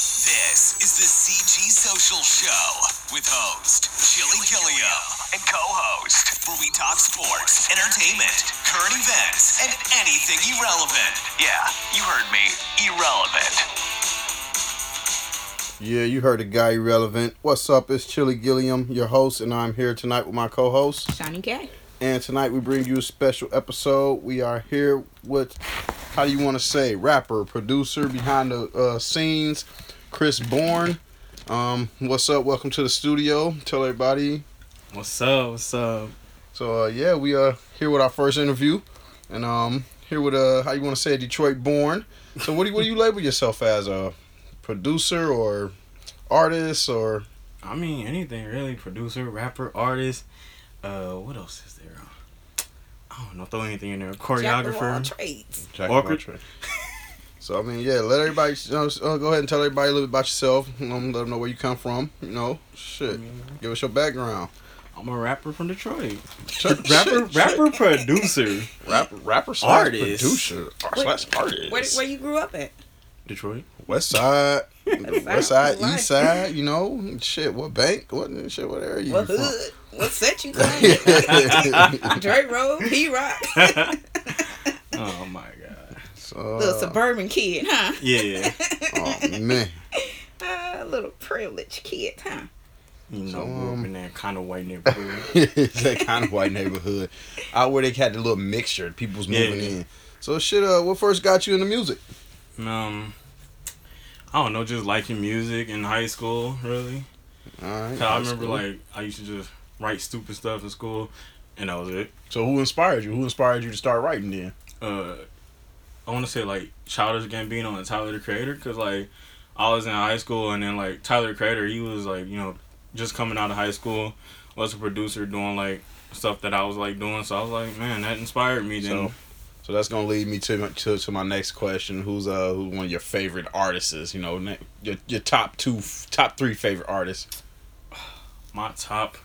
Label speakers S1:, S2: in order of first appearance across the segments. S1: This is the CG Social Show with host Jilly Gilliam and co-host, where we talk sports, entertainment, current events, and anything irrelevant. Yeah, you heard me, irrelevant.
S2: Yeah, you heard the guy irrelevant. What's up? It's Chili Gilliam, your host, and I'm here tonight with my co-host.
S3: Shawnee K.
S2: And tonight we bring you a special episode. We are here with, how do you want to say, rapper, producer, behind the uh, scenes, Chris Bourne. Um, what's up? Welcome to the studio. Tell everybody.
S4: What's up? What's up?
S2: So uh, yeah, we uh here with our first interview, and um here with uh how you want to say Detroit born. So what do you, what do you label yourself as a producer or artist or
S4: I mean, anything really. Producer, rapper, artist. Uh, what else is there? I don't know. Throw anything in there. Choreographer.
S3: Trades.
S2: Jack
S4: of all Orchid- trades.
S2: So I mean, yeah. Let everybody you know, s- uh, go ahead and tell everybody a little bit about yourself. Um, let them know where you come from. You know, shit.
S3: Mm-hmm.
S2: Give us your background.
S4: I'm a rapper from Detroit.
S2: Shit,
S4: Rapper,
S2: shit,
S4: rapper, producer.
S2: shit. rapper, rapper, slash
S4: Artist.
S2: producer, or
S3: Where-
S2: slash artist.
S3: Where, where you grew up at?
S4: Detroit.
S2: West side, west side,
S3: Life.
S2: east side. You know, shit. What bank? What shit? What area you
S3: What
S2: from?
S3: hood? What set you claim? Dre Road, P Rock,
S4: Oh my god.
S2: so,
S3: little suburban kid, huh?
S4: Yeah.
S2: oh man.
S3: Uh, little privileged kid, huh?
S4: You know,
S2: So,
S4: grew
S2: um,
S4: up in that kind of white neighborhood.
S2: it's that kind of white neighborhood out where they had the little mixture people's
S4: Yeah.
S2: moving in so shit uh what first got you into music
S4: um, I don't know. Just liking music in high school, really.
S2: all right
S4: 'Cause I
S2: high
S4: remember
S2: school.
S4: like I used to just write stupid stuff in school, and that was it.
S2: so who inspired you who inspired you to start writing then
S4: uh, I want to say like Childish Gambino and Tyler the Creator, because like I was in high school and then like Tyler the Creator, he was like you know just coming out of high school, was a producer doing like stuff that I was like doing, so I was like man that inspired me. Then
S2: So- so that's gonna lead me to my, to, to my next question who's uh who one of your favorite artists is you know na- your, your top two f- top three favorite artists
S4: my top,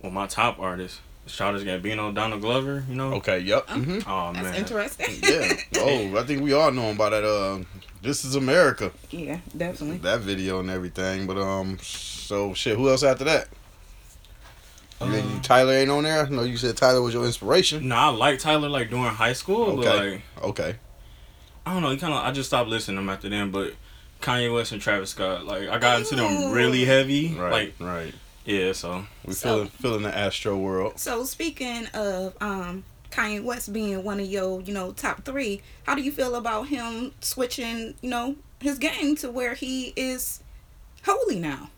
S4: well my top artist, Childish Gambino, Donald Glover, you know.
S2: okay yep hmm
S4: Oh
S3: That's
S4: man,
S3: interesting.
S2: yeah oh i think we all know about that uh this is america
S3: yeah, definitely.
S2: that video and everything. But um, so shit. Who else after that? You, you- Tyler ain't on there. No, you said Tyler was your inspiration.
S4: no, I like Tyler like during high school, but
S2: Okay.
S4: like
S2: Okay.
S4: I don't know, he kind of I just stopped listening to him after then, but. Kanye West and Travis Scott, like I got into them really heavy, like
S2: right.
S4: yeah. So
S2: We
S3: So-
S2: feeling feeling the Astro world.
S3: So speaking of um Kanye West being one of your, you know, top three, how do you feel about him switching, you know, his game to where he is holy now?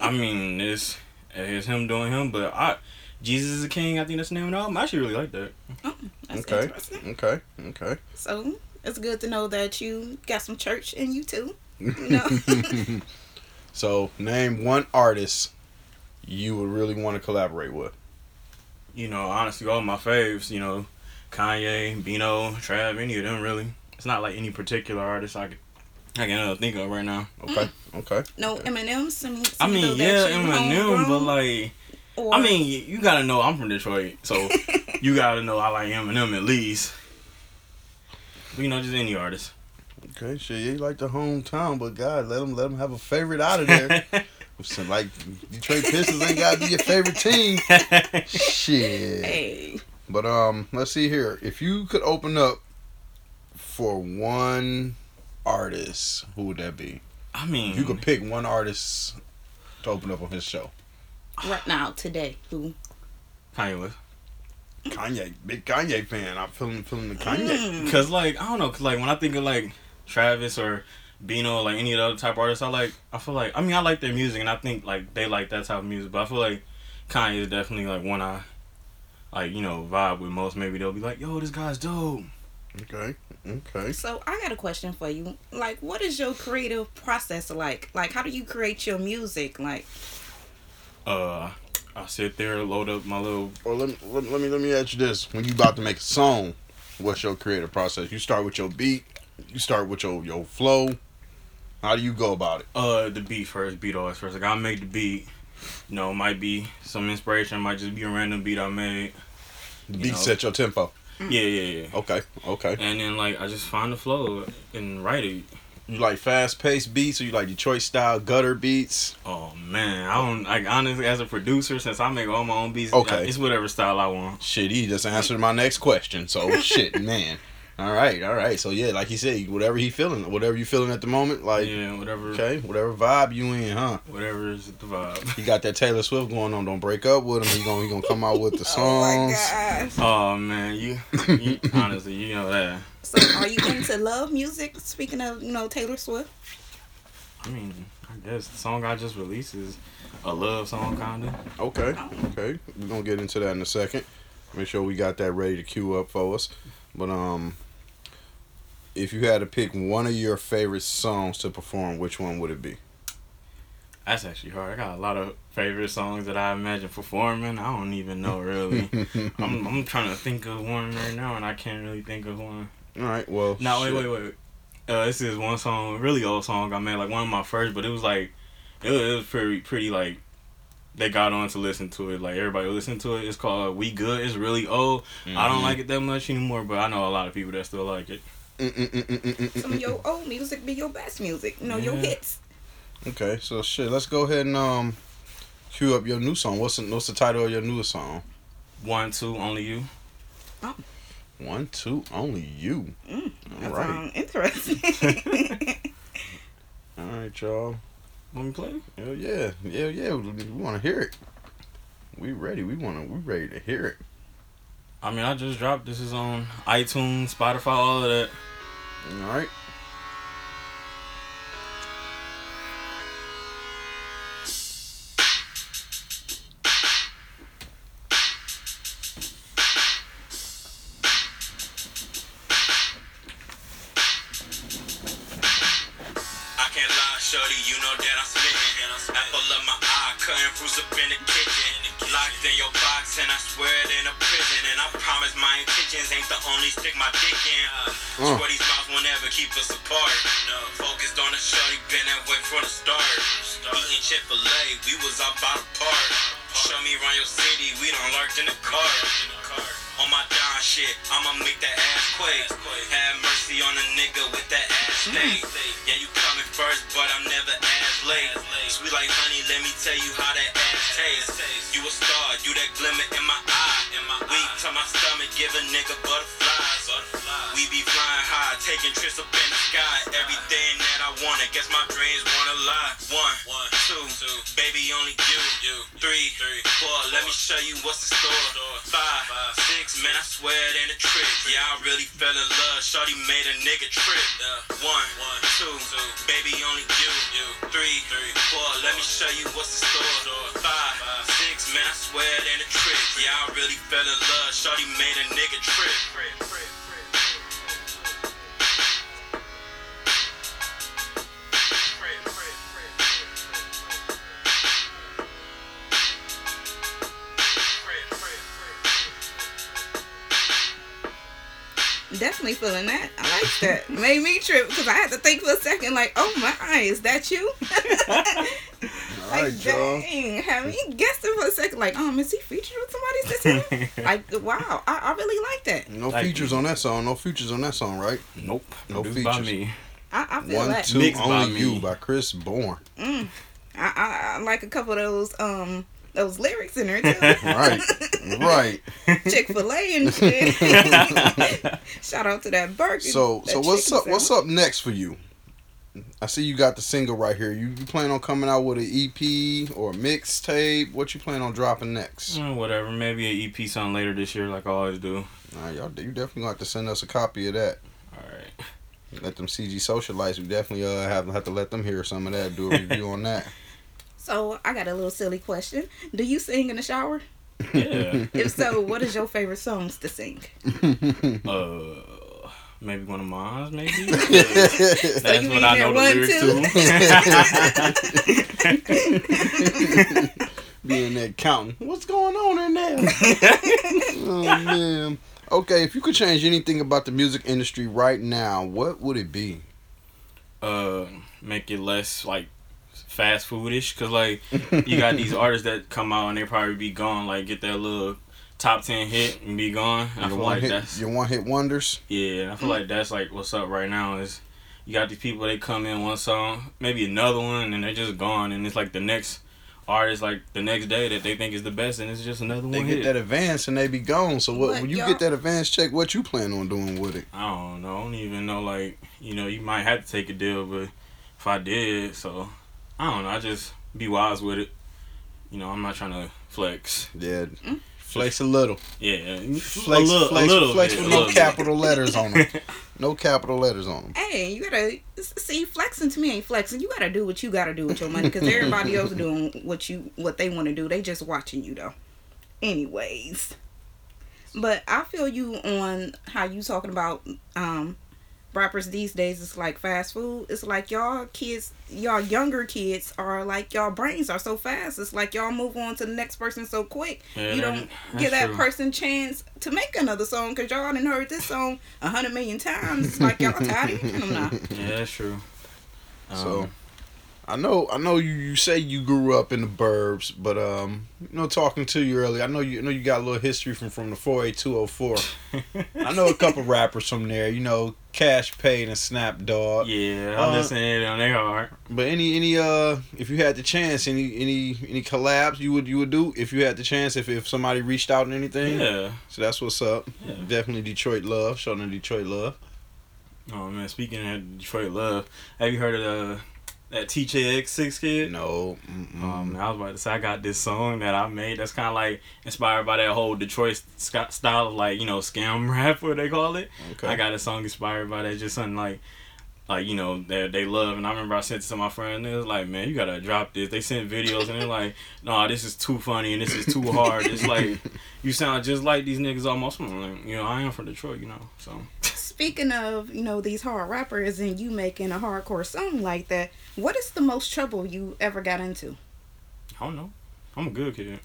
S4: I mean, it's it's him doing him, but I Jesus is a King. I think that's the name of the album. I actually really like that.
S3: That's
S2: Okay.
S3: interesting.
S2: Okay. Okay.
S3: So it's good to know that you got some church in you too. You know,
S2: So name one artist you would really want to collaborate with.
S4: You know, honestly, all my faves. You know, Kanye, Bino, Trav, any of them really. It's not like any particular artist I can I can uh, think of right now.
S2: Okay. Okay.
S3: no Eminem. Some, some
S4: I mean,
S3: people
S4: yeah,
S3: that you
S4: Eminem, but
S3: homegrown
S4: like,
S3: or,
S4: I mean, you- you gotta know I'm from Detroit, so you gotta know I like Eminem at least. You know, just any artist.
S2: Okay. Shit. Yeah, you like the hometown, but God, let them let them have a favorite out of there. So, like Detroit Pistons ain't gotta be your favorite team. Shit.
S3: hey,
S2: But um, let's see here. If you could open up for one artist, who would that be?
S4: I mean,
S2: If you could pick one artist to open up on his show,
S3: right now today, who?
S4: Kanye West.
S2: Kanye, big Kanye fan. I'm feeling feeling the Kanye.
S4: Cause like I don't know, cause like when I think of like Travis or Bino, like any of the other type artists, I like. I feel like I mean I like their music, and I think like they like that type of music. But I feel like Kanye is definitely like one I like you know vibe with most. Maybe they'll be like, "Yo, this guy's dope."
S2: Okay, okay.
S3: So I got a question for you. Like, what is your creative process like? Like, how do you create your music? Like,
S4: Uh, I sit there, load up my little.
S2: Or let me, let, me- let me let me ask you this: When you about to make a song, what's your creative process? You start with your beat. You start with your your flow. How do you go about it?
S4: Uh, the beat first, beat always first. Like I make the beat. You know, it might be some inspiration, it might just be a random beat I made.
S2: The
S4: You
S2: beat
S4: know.
S2: set your tempo.
S4: Yeah, yeah, yeah.
S2: Okay, okay.
S4: And then like I just find the flow and write it.
S2: You like fast paced beats or you like Detroit style gutter beats?
S4: Oh man, I don't like honestly as a producer since I make all my own beats.
S2: Okay.
S4: I- it's whatever style I want.
S2: Shit, he just answered my next question. So shit, man. All right, all right. So yeah, like he said, whatever he feeling, whatever you feeling at the moment, like
S4: Yeah, whatever.
S2: okay, whatever vibe you in, huh?
S4: Whatever is the vibe.
S2: He got that Taylor Swift going on. Don't break up with him. He gonna he gonna come out with the
S3: Oh my
S2: songs.
S3: gosh.
S4: Oh man, you, you honestly, you know that.
S3: So are you into love music? Speaking of, you know, Taylor Swift.
S4: I mean, I guess the song I just released is a love song kinda.
S2: Okay, okay. We're gonna get into that in a second. Make sure we got that ready to queue up for us. But um if you had to pick one of your favorite songs to perform, which one would it be?
S4: That's actually hard. I got a lot of favorite songs that I imagine performing. I don't even know really. I'm I'm trying to think of one right now and I can't really think of one.
S2: All right, well
S4: No, wait,
S2: shit.
S4: wait, wait. wait. Uh, this is one song, really old song I made, like one of my first, but it was like, it was, it was pretty, pretty like, they got on to listen to it. Like everybody listened to it. It's called "We Good." It's really old. I don't like it that much anymore, but I know a lot of people that still like it.
S2: Mm,
S3: Some of your old music be your best music. You know, your
S4: Yeah.
S3: hits.
S2: mm. Okay, so shit, let's go ahead and um queue up your new song. What's the, what's the title of your newest song?
S4: One, two, only you.
S2: One, two, only you. All
S3: That's
S2: right,
S3: um, interesting.
S2: all right, y'all.
S4: Want me to play? it?
S2: Hell yeah, yeah, yeah. We, we want to hear it. We ready. We want to. We ready to hear it.
S4: I mean, I just dropped. This is on iTunes, Spotify, all of that.
S2: All right.
S5: I can't lie, shorty, you know that I'm smitten. Apple of my eye, cutting fruits up in the kitchen. Locked in your box, and I swear it ain't a prison. And I promise my intentions ain't the only stick my dick in.
S2: Mm.
S5: Swear these mouths won't ever keep us apart. Focused on the shorty, been that way from the start. Eating Chick fil A, we was up by the park. Show me around your city, we don't lurked in the car. On my Don shit, I'ma make that ass quake. Hmm. Have mercy on a nigga with that ass steak. Yeah, you coming first, but I'm never ass late. Sweet like honey, let me tell you how that ass tastes. You a star, you that glimmer in my eye. Weak to my stomach, give a nigga butterflies. We be flying high, taking trips up in the sky. Everything that I wanna, guess my dreams wanna lie. One, two, baby, only you. Three, four, let me show you what's in store. Five, six, man, I swear it ain't a trick. Yeah, I really fell in love. Shorty made a nigga trip. One, two, baby, only you. Three, four, let me show you what's in store. Five, six, man, I swear it ain't a trick. Yeah, I really fell in love. Shorty made a nigga
S3: Definitely feeling that. I like that. Made me trip because I had to think for a second. Like, oh my, is that you?
S2: All
S3: Like,
S2: right, y'all.
S3: dang, have me guessing for a second. Like, um, is he featured with somebody this year? like, wow, I, I really like that.
S2: No
S4: Thank
S2: features on that song. No features on that song, right?
S4: Nope.
S2: No
S4: Produced by
S2: features.
S4: me.
S3: I, I feel
S2: One,
S3: that.
S2: two,
S4: Mixed by
S2: only you
S4: me.
S2: by Chris Bourne.
S3: I, I, I like a couple of those um those lyrics in there too.
S2: Right, right.
S3: Chick Fil A and shit. Shout out to that burger.
S2: So,
S3: that
S2: so what's
S3: chicken
S2: up? What's
S3: sandwich.
S2: up next for you? I see you got the single right here. You, you plan on coming out with an EP or a mixtape? What you plan on dropping next?
S4: Mm, whatever. Maybe an EP song later this year, like I always do.
S2: Nah, y'all, you definitely gonna have to send us a copy of that.
S4: All right.
S2: Let them CG socialites. We definitely uh, have have to let them hear some of that. Do a review on that.
S3: So I got a little silly question. Do you sing in the shower?
S4: Yeah.
S3: If so, what is your favorite songs to sing?
S4: uh, maybe one of mine. Maybe.
S2: All
S4: That's
S3: you
S4: what I
S3: mean
S4: know the
S3: that
S4: lyrics
S3: one,
S4: to.
S2: Being there counting. What's going on in there? oh man. Okay, if you could change anything about the music industry right now, what would it be?
S4: uh, make it less like fast foodish, cause like you got these artists that come out and they probably be gone, like get that little top ten hit and be gone. I
S2: Your
S4: feel
S2: one
S4: like
S2: hit,
S4: that's
S2: your one hit wonders.
S4: yeah. I feel like that's like what's up right now is you got these people they come in one song, maybe another one, and they're just gone, and it's like the next artist, like the next day that they think is the best, and it's just another
S2: They
S4: one
S2: get
S4: hit.
S2: that advance and they be gone. So what?
S3: But
S2: When you
S3: y'all-
S2: get that advance check, what you plan on doing with it?
S4: I don't know. I don't even know. Like you know, you might have to take a deal, but if I did, so I don't know. I just be wise with it. You know, I'm not trying to flex.
S2: Yeah. Mm. Flex a little.
S4: Yeah,
S2: Flex,
S4: a little,
S2: flex,
S4: a little
S2: flex
S4: bit,
S2: with
S4: a
S2: no
S4: little bit.
S2: capital letters on them. No capital letters on them.
S3: Hey, you gotta see flexing to me ain't flexing. You gotta do what you gotta do with your money because everybody else doing what you what they want to do. They just watching you though. Anyways, but I feel you on how you talking about um rappers these days. It's like fast food. It's like y'all kids, y'all younger kids are like y'all brains are so fast. It's like y'all move on to the next person so quick.
S4: Yeah,
S3: you
S4: that-
S3: don't
S4: that's
S3: give that
S4: true.
S3: person chance to make another song because y'all done heard this song a hundred million times. It's like y'all tired of hearing them now.
S4: Yeah, that's true. Um,
S2: So I know I know you, you say you grew up in the burbs, but um you know talking to you earlier, I know you I know you got a little history from from the four eight two oh four. I know a couple rappers from there, you know, Cash Paid and Snap Dog.
S4: yeah, I'm
S2: Uh,
S4: listening to them. They hard.
S2: But any any uh if you had the chance, any any any collabs you would you would do if you had the chance, if if somebody reached out and anything.
S4: Yeah.
S2: So that's what's up.
S4: Yeah.
S2: Definitely Detroit love, showing the Detroit love.
S4: Oh man, speaking of Detroit love, have you heard of uh, that TJX Six kid?
S2: No. mm-mm.
S4: Um, I was about to say I got this song that I made that's kind of like inspired by that whole Detroit sc- style of like you know scam rap what they call it.
S2: Okay.
S4: I got a song inspired by that, just something like like you know that they love. And I remember I sent it to my friend. and It was like, man, you gotta drop this. They sent videos and they're like, nah, this is too funny and this is too hard. It's like you sound just like these niggas almost. I'm like, you know, I am from Detroit, you know, so.
S3: Speaking of, you know, these hard rappers and you making a hardcore song like that, what is the most trouble you ever got into?
S4: I don't know. I'm a good kid.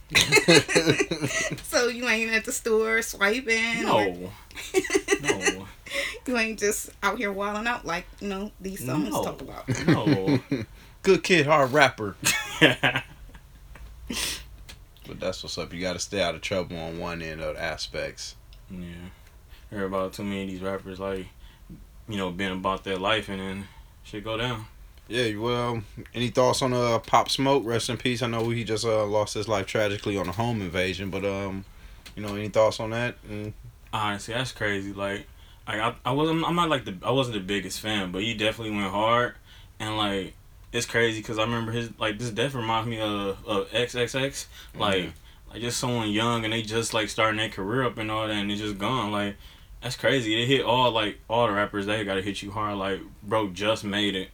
S3: So you ain't at the store swiping or
S4: No. No.
S3: you ain't just out here wilding out like, you know, these songs
S4: No.
S3: talk about.
S4: No.
S2: Good kid, hard rapper. But that's what's up. You got to stay out of trouble on one end of the aspects.
S4: Yeah. Hear about too many of these rappers like, you know, being about their life and then shit go down.
S2: Yeah. Well, any thoughts on uh Pop Smoke? Rest in peace. I know he just uh lost his life tragically on a home invasion, but um, you know, any thoughts on that? Mm.
S4: Honestly, that's crazy. Like, like I, I wasn't, I'm not like the, I wasn't the biggest fan, but he definitely went hard, and like, it's crazy because I remember his like this death reminds me of of XXX, like,
S2: Yeah.
S4: like just someone young and they just like starting their career up and all that, and it's just gone. Like, that's crazy. It hit all like all the rappers. They gotta hit you hard. Like, bro, just made it.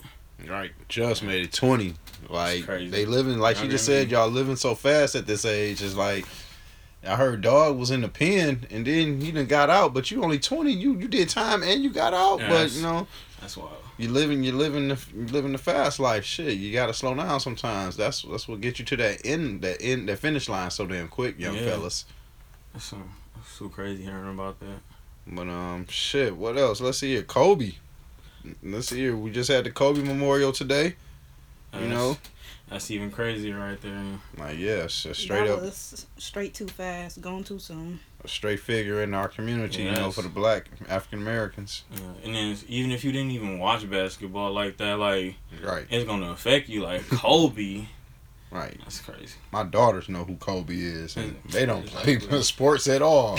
S2: Right. Just made it twenty. Like
S4: crazy.
S2: they living like she
S4: Y'all
S2: just
S4: hear me?
S2: said, y'all living so fast at this age. It's like I heard dog was in the pen and then he done got out, but you only twenty. You you did time and you got out,
S4: Yeah,
S2: but
S4: that's-
S2: you know
S4: That's wild.
S2: you living you living the you living the fast life shit you gotta slow down sometimes that's that's what get you to that end that end that finish line so damn quick young
S4: Yeah.
S2: fellas
S4: That's so, that's so crazy hearing about that.
S2: but um shit what else let's see here kobe let's see here we just had the kobe memorial today you
S4: That's-
S2: know
S4: That's even crazier right there.
S2: like yeah it's a straight
S3: that
S2: up
S3: was straight too fast, gone too soon.
S2: a straight figure in our community you know
S4: Yes.
S2: for the black african americans
S4: Yeah. And then it's- even if you didn't even watch basketball like that, like
S2: right
S4: it's gonna affect you. Like Kobe,
S2: right
S4: that's crazy.
S2: my daughters know who kobe is and they don't play
S4: Exactly.
S2: sports at all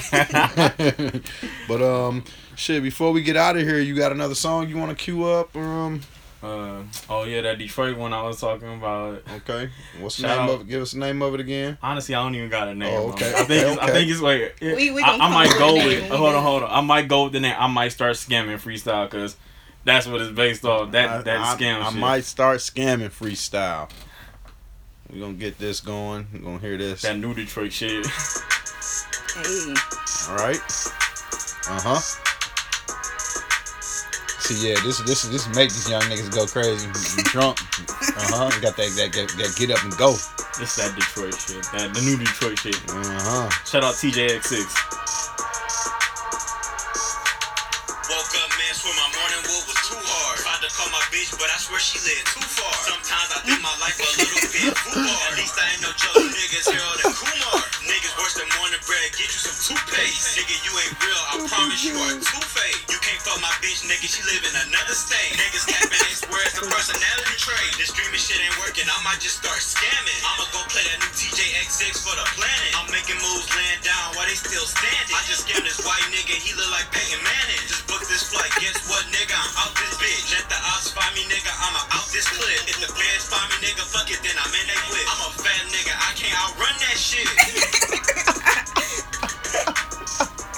S2: but um shit before we get out of here you got another song you want to cue up um
S4: Uh, oh yeah, that Detroit one I was talking about.
S2: Okay. What's the
S4: Shout
S2: name
S4: out.
S2: of it? Give us the name of it again.
S4: Honestly, I don't even got a name.
S2: Oh,
S4: on
S2: okay,
S4: it. I think
S2: okay,
S4: it's,
S2: okay.
S4: I think it's like it-
S3: We- we
S4: I,
S3: gonna
S4: I might
S3: come
S4: go
S3: up with a
S4: with.
S3: name.
S4: Hold on, hold on. I might go with the name. I might start scamming freestyle because that's what it's based off. That
S2: I-
S4: that
S2: I,
S4: scam
S2: I
S4: shit.
S2: might start scamming freestyle. We're gonna get this going. We're gonna hear this.
S4: That new Detroit shit.
S3: Hey.
S2: Alright. Uh-huh. See yeah, this this this make these young niggas go crazy. You drunk. Uh-huh. You got that that, that that get up and go.
S4: It's that Detroit shit. That the new Detroit shit.
S2: Uh-huh.
S4: Shout out TJX6.
S5: Woke up, man, swear my morning wood was too hard. Tried to call my bitch, but I swear she led too far. Sometimes I think my life a little bit fool. At least I ain't no jealous niggas, Harold and Kumar. Niggas worse than morning bread, get you some toothpaste. Nigga, you ain't real, I promise you are two-faced. You can't fuck Fuck my bitch, nigga, she live in another state. Niggas capping, they swear it's a personality trait. This streaming shit ain't working, I might just start scamming. I'ma go play that new TJXX for the planet. I'm making moves, laying down while they still standing. I just scammed this white nigga, he look like Peyton Manning. Just booked this flight, guess what, nigga? I'm out this bitch. Let the odds find me, nigga, I'ma out this clip. If the fans find me, nigga, fuck it, then I'm in they whip. I'm a fat nigga, I can't outrun that shit.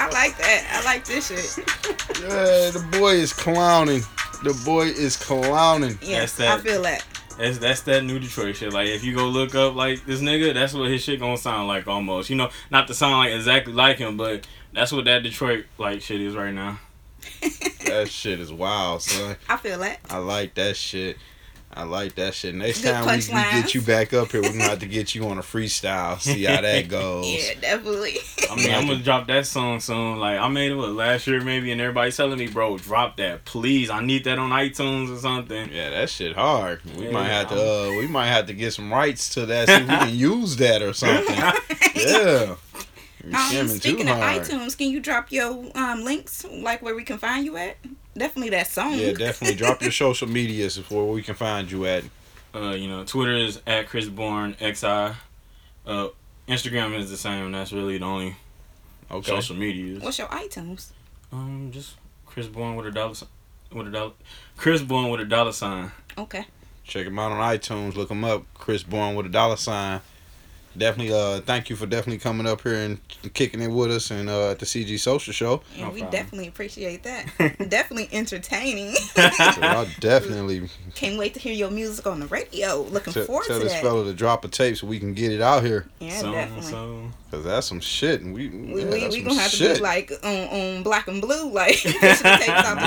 S3: I like that. I like this shit.
S2: Yeah, the boy is clowning. The boy is clowning.
S3: Yes,
S4: That's that.
S3: I feel that.
S4: That's that's that new Detroit shit. Like if you go look up like this nigga, that's what his shit gonna sound like almost. You know, not to sound like exactly like him, but that's what that Detroit like shit is right now.
S2: That shit is wild, son.
S3: I feel that.
S2: I like that shit. I like that shit. Next
S3: Good
S2: time we, we
S3: punchlines.
S2: get you back up here, we're gonna have to get you on a freestyle. See how that goes.
S3: Yeah, definitely.
S4: I mean, I'm gonna drop that song soon. Like I made it what, last year maybe, and everybody's telling me, bro, drop that, please. I need that on iTunes or something.
S2: Yeah, that shit hard. We
S4: Yeah,
S2: might have to. Uh,
S4: I'm-
S2: we might have to get some rights to that. See if we can use that or something. yeah. You're
S3: Um,
S2: scamming too
S3: speaking of
S2: hard.
S3: iTunes, can you drop your um, links, like where we can find you at? Definitely that song.
S2: Yeah, definitely. Drop your social medias where we can find you at.
S4: Uh, you know, Twitter is at Chris Born XI. Uh, Instagram is the same. That's really the only
S2: Okay.
S4: social media.
S3: What's your iTunes?
S4: Um, just Chris Born with a dollar, si- with a dollar, Chris Born with a dollar sign.
S3: Okay.
S2: Check him out on iTunes. Look him up. Chris Born with a dollar sign. Definitely. Uh, thank you for definitely coming up here and kicking it with us and uh, at the CG Social Show.
S3: And
S4: No
S3: we
S4: problem.
S3: definitely appreciate that. definitely entertaining.
S2: So y'all definitely
S3: Can't wait to hear your music on the radio. Looking
S2: t-
S3: forward
S2: tell
S3: to
S2: this
S3: that.
S2: fella to drop a tape so we can get it out here.
S3: Yeah,
S4: so,
S3: definitely.
S4: so.
S2: Cause that's some shit. And we
S3: We,
S2: yeah,
S3: we,
S2: that's
S3: we
S2: some
S3: gonna have to
S2: shit.
S3: be like on, on black and blue, like this shit takes out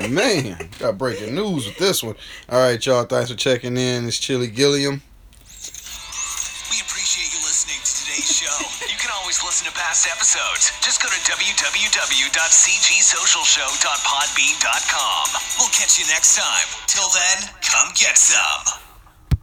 S3: the
S2: Man. Man, got breaking news with this one. All right, y'all. Thanks for checking in. It's Chili Gilliam.
S1: We appreciate you listening to today's show. you can always listen to past episodes. Just go to www.cgsocialshow.podbean.com. We'll catch you next time. Till then, come get some.